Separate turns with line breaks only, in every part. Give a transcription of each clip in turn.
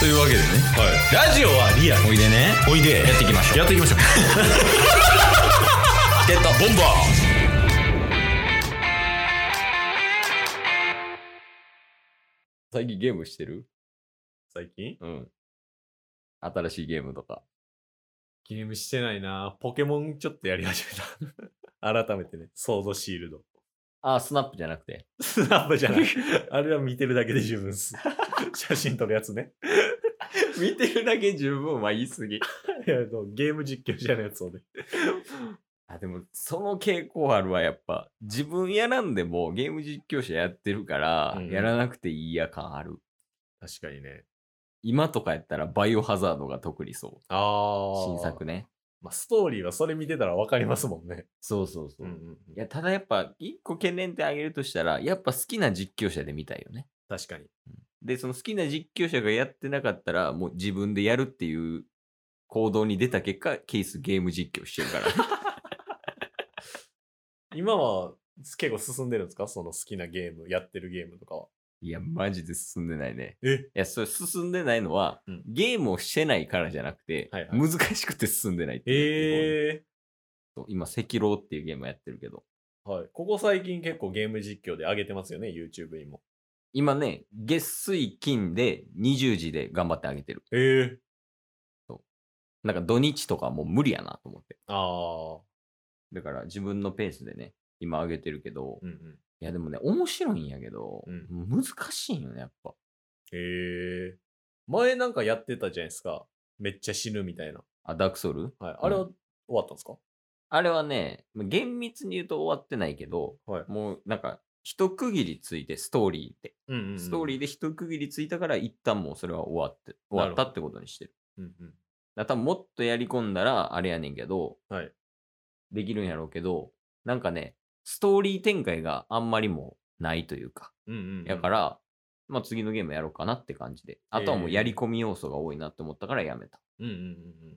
というわけでね
はい。ラジオはリアル。
おいでね
おいで。
やっていきましょう
やっていきましょう。
ゲットボンバー最近ゲームしてる
最近
うん新しいゲームとか
ゲームしてないなポケモンちょっとやり始めた。 改めてね。ソードシールド。
あスナップじゃなくて
スナップじ ゃない。あれは見てるだけで十分っす。 写真撮るやつね。
見てるだけ十分は言い過ぎ
いやあのゲーム実況じゃないやつをね。
あでもその傾向あるわやっぱ自分やらんでもゲーム実況者やってるから、
うん
やらなくていいや感ある
確かにね。
今とかやったらバイオハザードが特にそう
ああ。
新作。ね
まあ、ストーリーはそれ見てたらわかりますもんね。
そうそうそう、
ん。
いやただやっぱ一個懸念点あげるとしたらやっぱ好きな実況者で見たいよね
確かに。
でその好きな実況者がやってなかったらもう自分でやるっていう行動に出た結果ケースゲーム実況してるから
今は結構進んでるんですかその好きなゲーム、やってるゲームとかは。
いやマジで進んでないね
え
いやそれ進んでないのは、
うん
ゲームをしてないからじゃなくて、
はいはい
難しくて進んでないっていう
ええ
そう今赤狼っていうゲームをやってるけど
はい。ここ最近結構ゲーム実況で上げてますよね、YouTube にも。
今ね月水金で20時で頑張ってあげてる
ええ
なんか土日とかもう無理やなと思って
ああ。
だから自分のペースでね、今上げてるけど、
うんうん。
いやでもね、面白いんやけど、
うん
難しいんよね、やっぱ。
ええ前なんかやってたじゃないですか。めっちゃ死ぬみたいな。
あ、ダークソウル
はい。あれは
う
終わったんですか、
あれはね、ま厳密に言うと終わってないけど、
はい
もうなんか、一区切りついて、ストーリーで。
うん、うん
ストーリーで一区切りついたから、一旦もうそれは終わって、終わったってことにしてる。
ー。うんうん。
だから多分もっとやり込んだら、あれやねんけど、
はい
できるんやろうけど、なんかね、ストーリー展開があんまりもうないというか、
うんうん、うん。。
やからら、まあ、次のゲームやろうかなって感じで。あとはもうやり込み要素が多いなって思ったからやめた。
うんうんうんうん。
い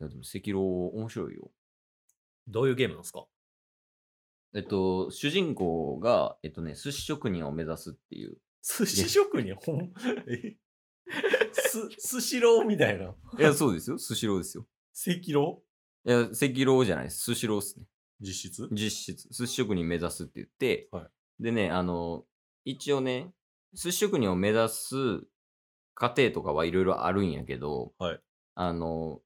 やでも、赤狼面白いよ。
どういうゲームなんですか
えっと、主人公が、えっとね、寿司職人を目指すっていう。
寿司職人ほん、 えす、スシローみたいな。
いや、そうですよ。スシローですよ。
赤ロ
いや、赤狼じゃないです。スシローっすね。
実質
実質、寿司職人目指すって言って、
は
でね、あの、一応ね、寿司職人を目指す過程とかはいろいろあるんやけど、
はい
あの、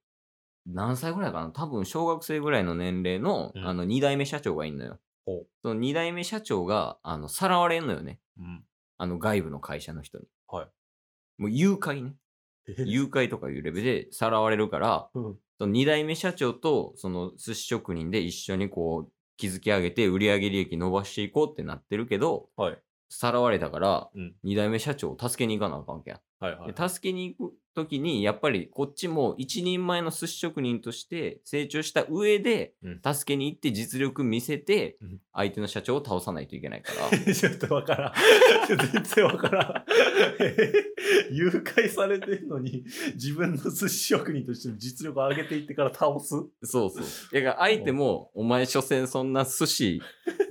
何歳ぐらいかな多分小学生ぐらいの年齢の、
うん
あの、二代目社長がいんのよ
ほう。
その二代目社長が、あの、さらわれんのよね。
うん。
あの、外部の会社の人に。
はい
もう誘拐ね。誘拐とかいうレベルでさらわれるから、
うん
その2代目社長とその寿司職人で一緒にこう築き上げて売上利益伸ばしていこうってなってるけど
はい。
さらわれたから
うん
2代目社長を助けに行かなあかんわけや、
はいはい。
で助けに行く時にやっぱりこっちも一人前の寿司職人として成長した上で
うん
助けに行って実力見せて
うん
相手の社長を倒さないといけないから。
ちょっとわからん。全然わからん。 誘拐されてんのに、自分の寿司職人としての実力を上げていってから倒す。
そうそう。 だから相手も、お前、所詮そんな寿司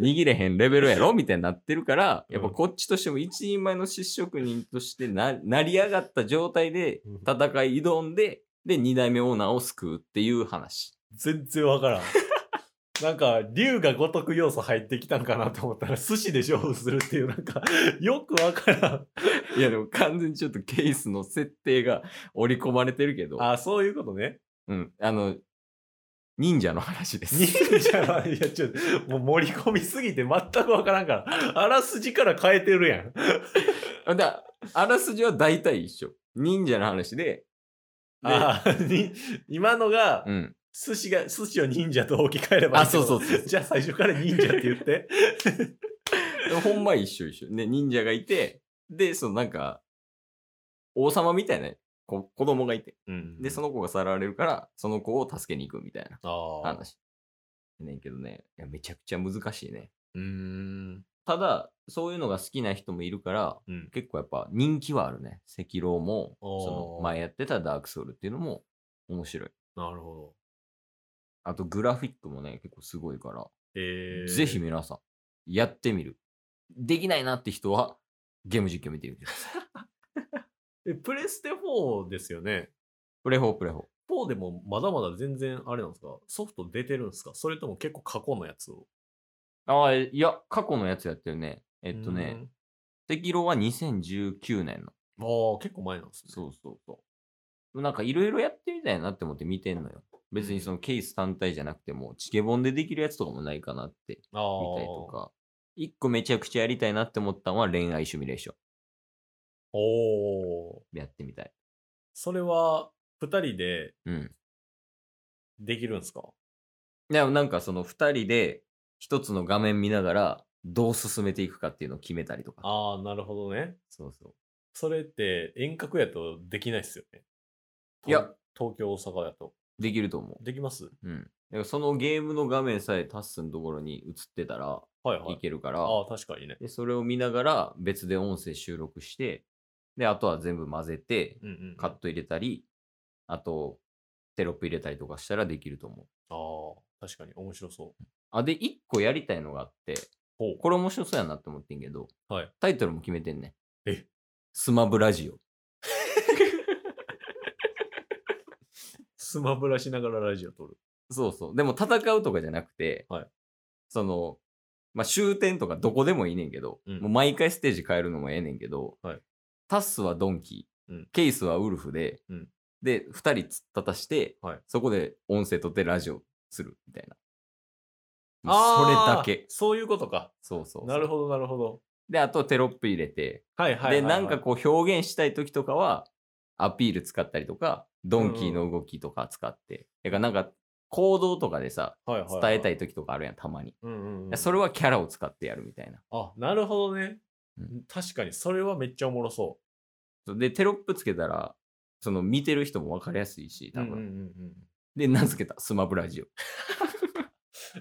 握れへんレベルやろみたいになってるから、
うん
やっぱこっちとしても一人前の寿司職人としてな成り上がった状態で戦い挑んで、で、二代目オーナーを救うっていう話。
全然わからん。なんか、竜が如く要素入ってきたんかなと思ったら、寿司で勝負するっていう、なんか、よくわからん。
いや、でも完全にちょっとケースの設定が織り込まれてるけど、
あ、そういうことね。
うん。あの、忍者の話 です。
忍者は、いや、ちょっと、もう盛り込みすぎて全くわからんから、あらすじから変えてるやん。
だからあらすじは大体一緒。忍者の話で、で
あに今のが、
うん。
寿司が、寿司を忍者と置き換えればいい
あ、そうそうそう。
じゃあ最初から忍者って言 って。
でもほんま一緒一緒。で、忍者がいて、で、そのなんか、王様みたいな子子供がいて、で、そ
の、
の子がさらわれるから、その子を助けに行くみたいな
ああ。
話。ねんけどね、いやめちゃくちゃ難しいね。
うーん。
ただ、そういうのが好きな人もいるから、
うん
結構やっぱ人気はあるね。赤狼も、
おー
その前やってたダークソウルっていうのも面白い。
なるほど。
あとグラフィックもね、結構すごいから、
えー、
ぜひ皆さん、やってみる。できないなって人は、ゲーム実況見てみてください。
え、プレステ4ですよね。
プレホープレホ
4でもまだまだ全然あれなんですかソフト出てるんですかそれとも結構過去のやつを。
ー。ああ、いや、過去のやつやってるね。えっとね、
うん。
赤色は2019年の。
ああ、結構前なんですね。
そうそうそう。なんかいろいろやってみたいなって思って見てんのよ。別にそのケース単体じゃなくても、チケボンでできるやつとかもないかなって
ああ。
見たりと。か。一個めちゃくちゃやりたいなって思ったのは恋愛シミュレーショ
おお。
ン。やってみたい。
それは、二人で
うん。
できるんですか
でもなんかその二人で一つの画面見ながらどう進めていくかっていうのを決めたりとか。
ああ、なるほどね。
そうそう。
それって遠隔やとできないっすよね。
いや。
東京、大阪やと。
できると思
できます
う。うん。だからそのゲームの画面さえタッスンのところに映ってたら
はいはいい。
けるから、
ああ、確かにね。
で、それを見ながら別で音声収録して、で、あとは全部混ぜて、
うんうん。
カ
あ
ット入れたり、あと、テロップ入れたりとかしたらできると思う。
あ、確かに面白そう。
あ、で、一個やりたいのがあって、
ほう。
これ面白そうやなって思ってんけど、
はい
タイトルも決めてんね。
え
スマブラジオ。
スマブラしながらラジオ撮る。
そうそう。でも戦うとかじゃなくて、
はい
その、まあ、終点とかどこでもいいねんけど、
うん
もう毎回ステージ変えるのもええねんけど、
はい
タッスはドンキー、
うん
ケイスはウルフで、
うん
で、2人突っ立たして、
はい
そこで音声取ってラジオするみたいな。もう
あ
そ
ー
れだけ。
そういうことか。
そうそうそう
なるほど、なるほど。
で、あとテロップ入れて、
はいはいはいはい。
で、なんかこう表現したい時とかは、アピール使ったりとか、ドンキーの動きとか使って。だからなんか、行動とかでさ、
う、はいはいは
伝えたい時とかあるやん、たまに。
うんうんうん
それはキャラを使ってやるみたいな。
あ、なるほどね
う。
確かに、それはめっちゃおもろそ
で、テロップつけたら、その見てる人も分かりやすいし、
う。
多分。
うんうんうん
で、名付けた、スマブラジオ。
うん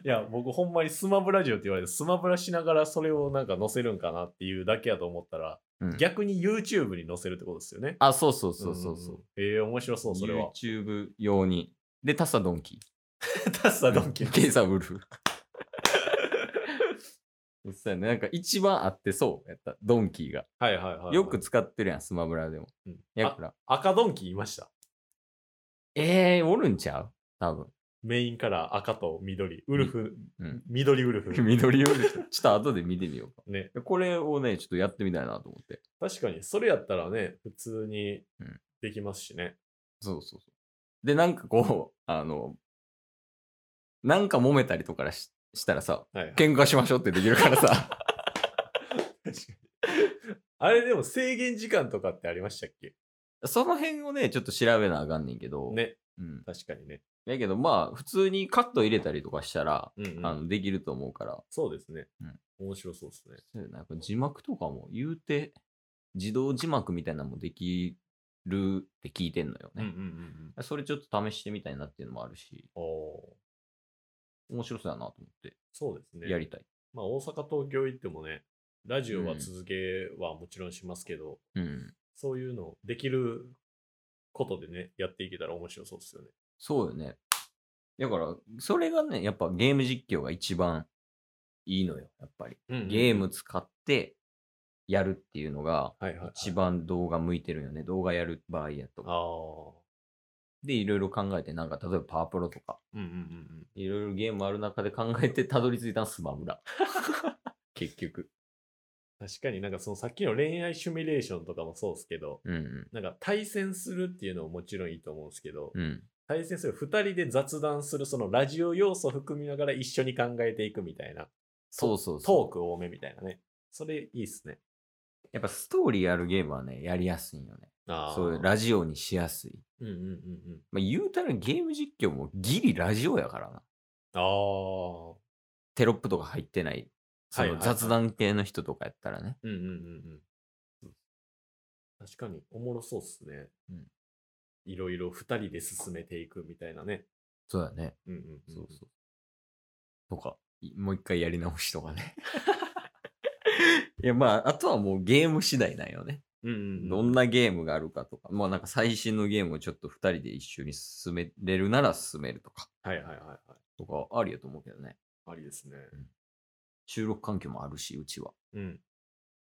いや、僕ほんまにスマブラジオって言われて、スマブラしながらそれをなんか載せるんかなっていうだけやと思ったら、
うん
逆に YouTube に載せるってことですよね。
あ、そうそうそうそうそう。
うんうんうん。ええ面白そう、それは。
YouTube 用に。で、タサドンキ。
タッサドンキー。
ケイサウルフ。そうやね。なんか一番合ってそうやった、ドンキーが。
はいはいはいはい。
よく使ってるやん、スマブラでも。
うん
や
あ
から。
赤ドンキーいました。
えー、おるんちゃう多分。
メインカラー赤と緑。ウルフ、
うん。
緑ウルフ。
緑色でした。 ちょっと後で見てみよう
ね。
か。これをね、ちょっとやってみたいなと思って。
確かに、それやったらね、普通に
うん
できますしね。
そうそうそう。で、なんかこう、あの、なんか揉めたりとかししたらさ、
はい、はい。
喧嘩しましょうってできるから さ。
確かにあれでも制限時間とかってありましたっけ
その辺をね、ちょっと調べなあかんねんけど。。
ね、
うん。
確かにね。
だけどまあ、普通にカット入れたりとかしたら、
うんうん
あのできると思うから。
そうですね、
うん
面白そうですね。
そうやななんか字幕とかも言うて、自動字幕みたいなのもできるって聞いてんのよね。
ん
それちょっと試してみたいなっていうのもあるし、
うん。おー
面白そうだなと思って、
そうですね。
やりたい。
まあ、大阪、東京行ってもね、ラジオは続けはもちろんしますけど、
うん。
そういうのできることでね、やっていけたら面白そうですよね。
そうよね。だから、それがね、やっぱゲーム実況が一番いいのよ、やっぱり。ゲーム使ってやるっていうのが、
はいはい、はい。
一番動画向いてるよね。動画やる場合や
あ
と。
あ。
で、いろいろ考えて、なんか、例えばパワープロとか、
うんうんうん
いろいろゲームある中で考えてたどり着いたのはスマブラ。結局。
うん。確かになんかそのさっきの恋愛シミュレーションとかもそうですけど、
うんう
なんか対戦するっていうのももちろんいいと思うんですけど、
ん。うん。
対戦する2人で雑談するそのラジオ要素を含みながら一緒に考えていくみたいな、
そうそうそう。
トーク多めみたいなね。それいいっすね。
やっぱストーリーあるゲームはね、やりやすいんよね。
あ
そういうラジオにしやすい。
うんうんうんうん。
まあ、言うたらゲーム実況もギリラジオやからな。
ああ。
テロップとか入ってない。そ
はい
の
はいはい
雑談系の人とかやったらね。
うんうんうんうん。確かにおもろそうっすね。
うん
いろいろ2人で進めていくみたいなね。
そうだね。
うんうんん、うん。
そうそう。とか、いもう一回やり直しとかね。 いや、まあ、あとはもうゲーム次第なんよね。
うんうん
ど
うん
んなゲームがあるかとか。まあ、なんか最新のゲームをちょっと二人で一緒に進めれるなら進めるとか。
はいはいはいはい。
とか、ありやと思うけどね。
ありですね。
収録環境もあるし、うちは。
うん。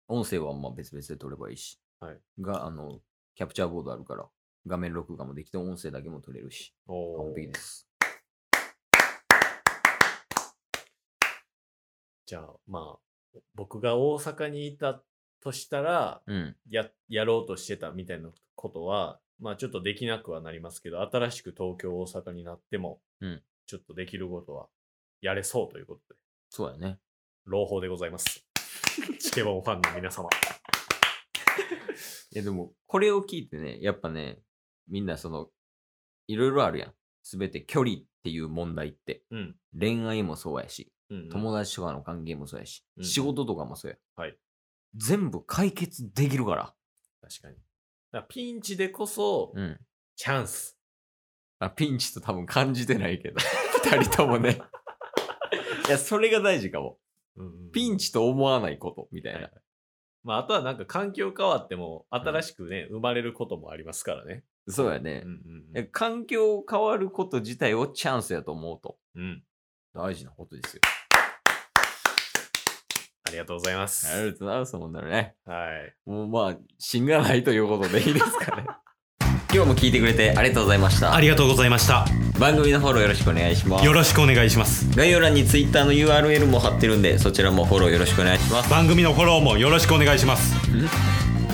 音声はまあ別々で撮ればいいし。
はい
が、あの、キャプチャーボードあるから、画面録画もできて、音声だけも取れるし、
お
完
ー
璧です。
じゃあ、まあ、僕が大阪にいたとしたら、
うん。
や、やろうとしてたみたいなことは、まあちょっとできなくはなりますけど、新しく東京、大阪になっても、
うん
ちょっとできることはやれそうということで、
そうやね。
朗報でござい ます。チケボンファンの皆様。
いや、でも、これを聞いてね、やっぱね、みんなその、いろいろあるやん。すべて距離っていう問題って。
うん。
恋愛もそうやし、
うんうん
友達とかの関係もそうやし、
うん
仕事とかもそうや。
はい
全部解決できるから。
確かに。だからピンチでこそ、
うん。
チャンス。
あピンチと多分感じてないけど、 二人とも ね。いや、それが大事かも。ピン
チ
チと思わないこと、みたいな。
はいまあ、あとはなんか環境変わっても、新しくね、生まれることもありますからね。
そうやね
う、んうんう
え
ん
環境を変わること自体をチャンスやと思うと。
うん。
大事なことですよ。
ありがとうございます。
ありがとうございます、もんならね。
はい。
もうまあ、芯がないということでいいですかね。 今日も聞いてくれてありがとうございました
あ。りがとうございました。
番組のフォローよろしくお願いします
よ。ろしくお願いします。
概要欄に Twitter の URL も貼ってるんで、そちらもフォローよろしくお願いします。
番組のフォローもよろしくお願いします。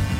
ます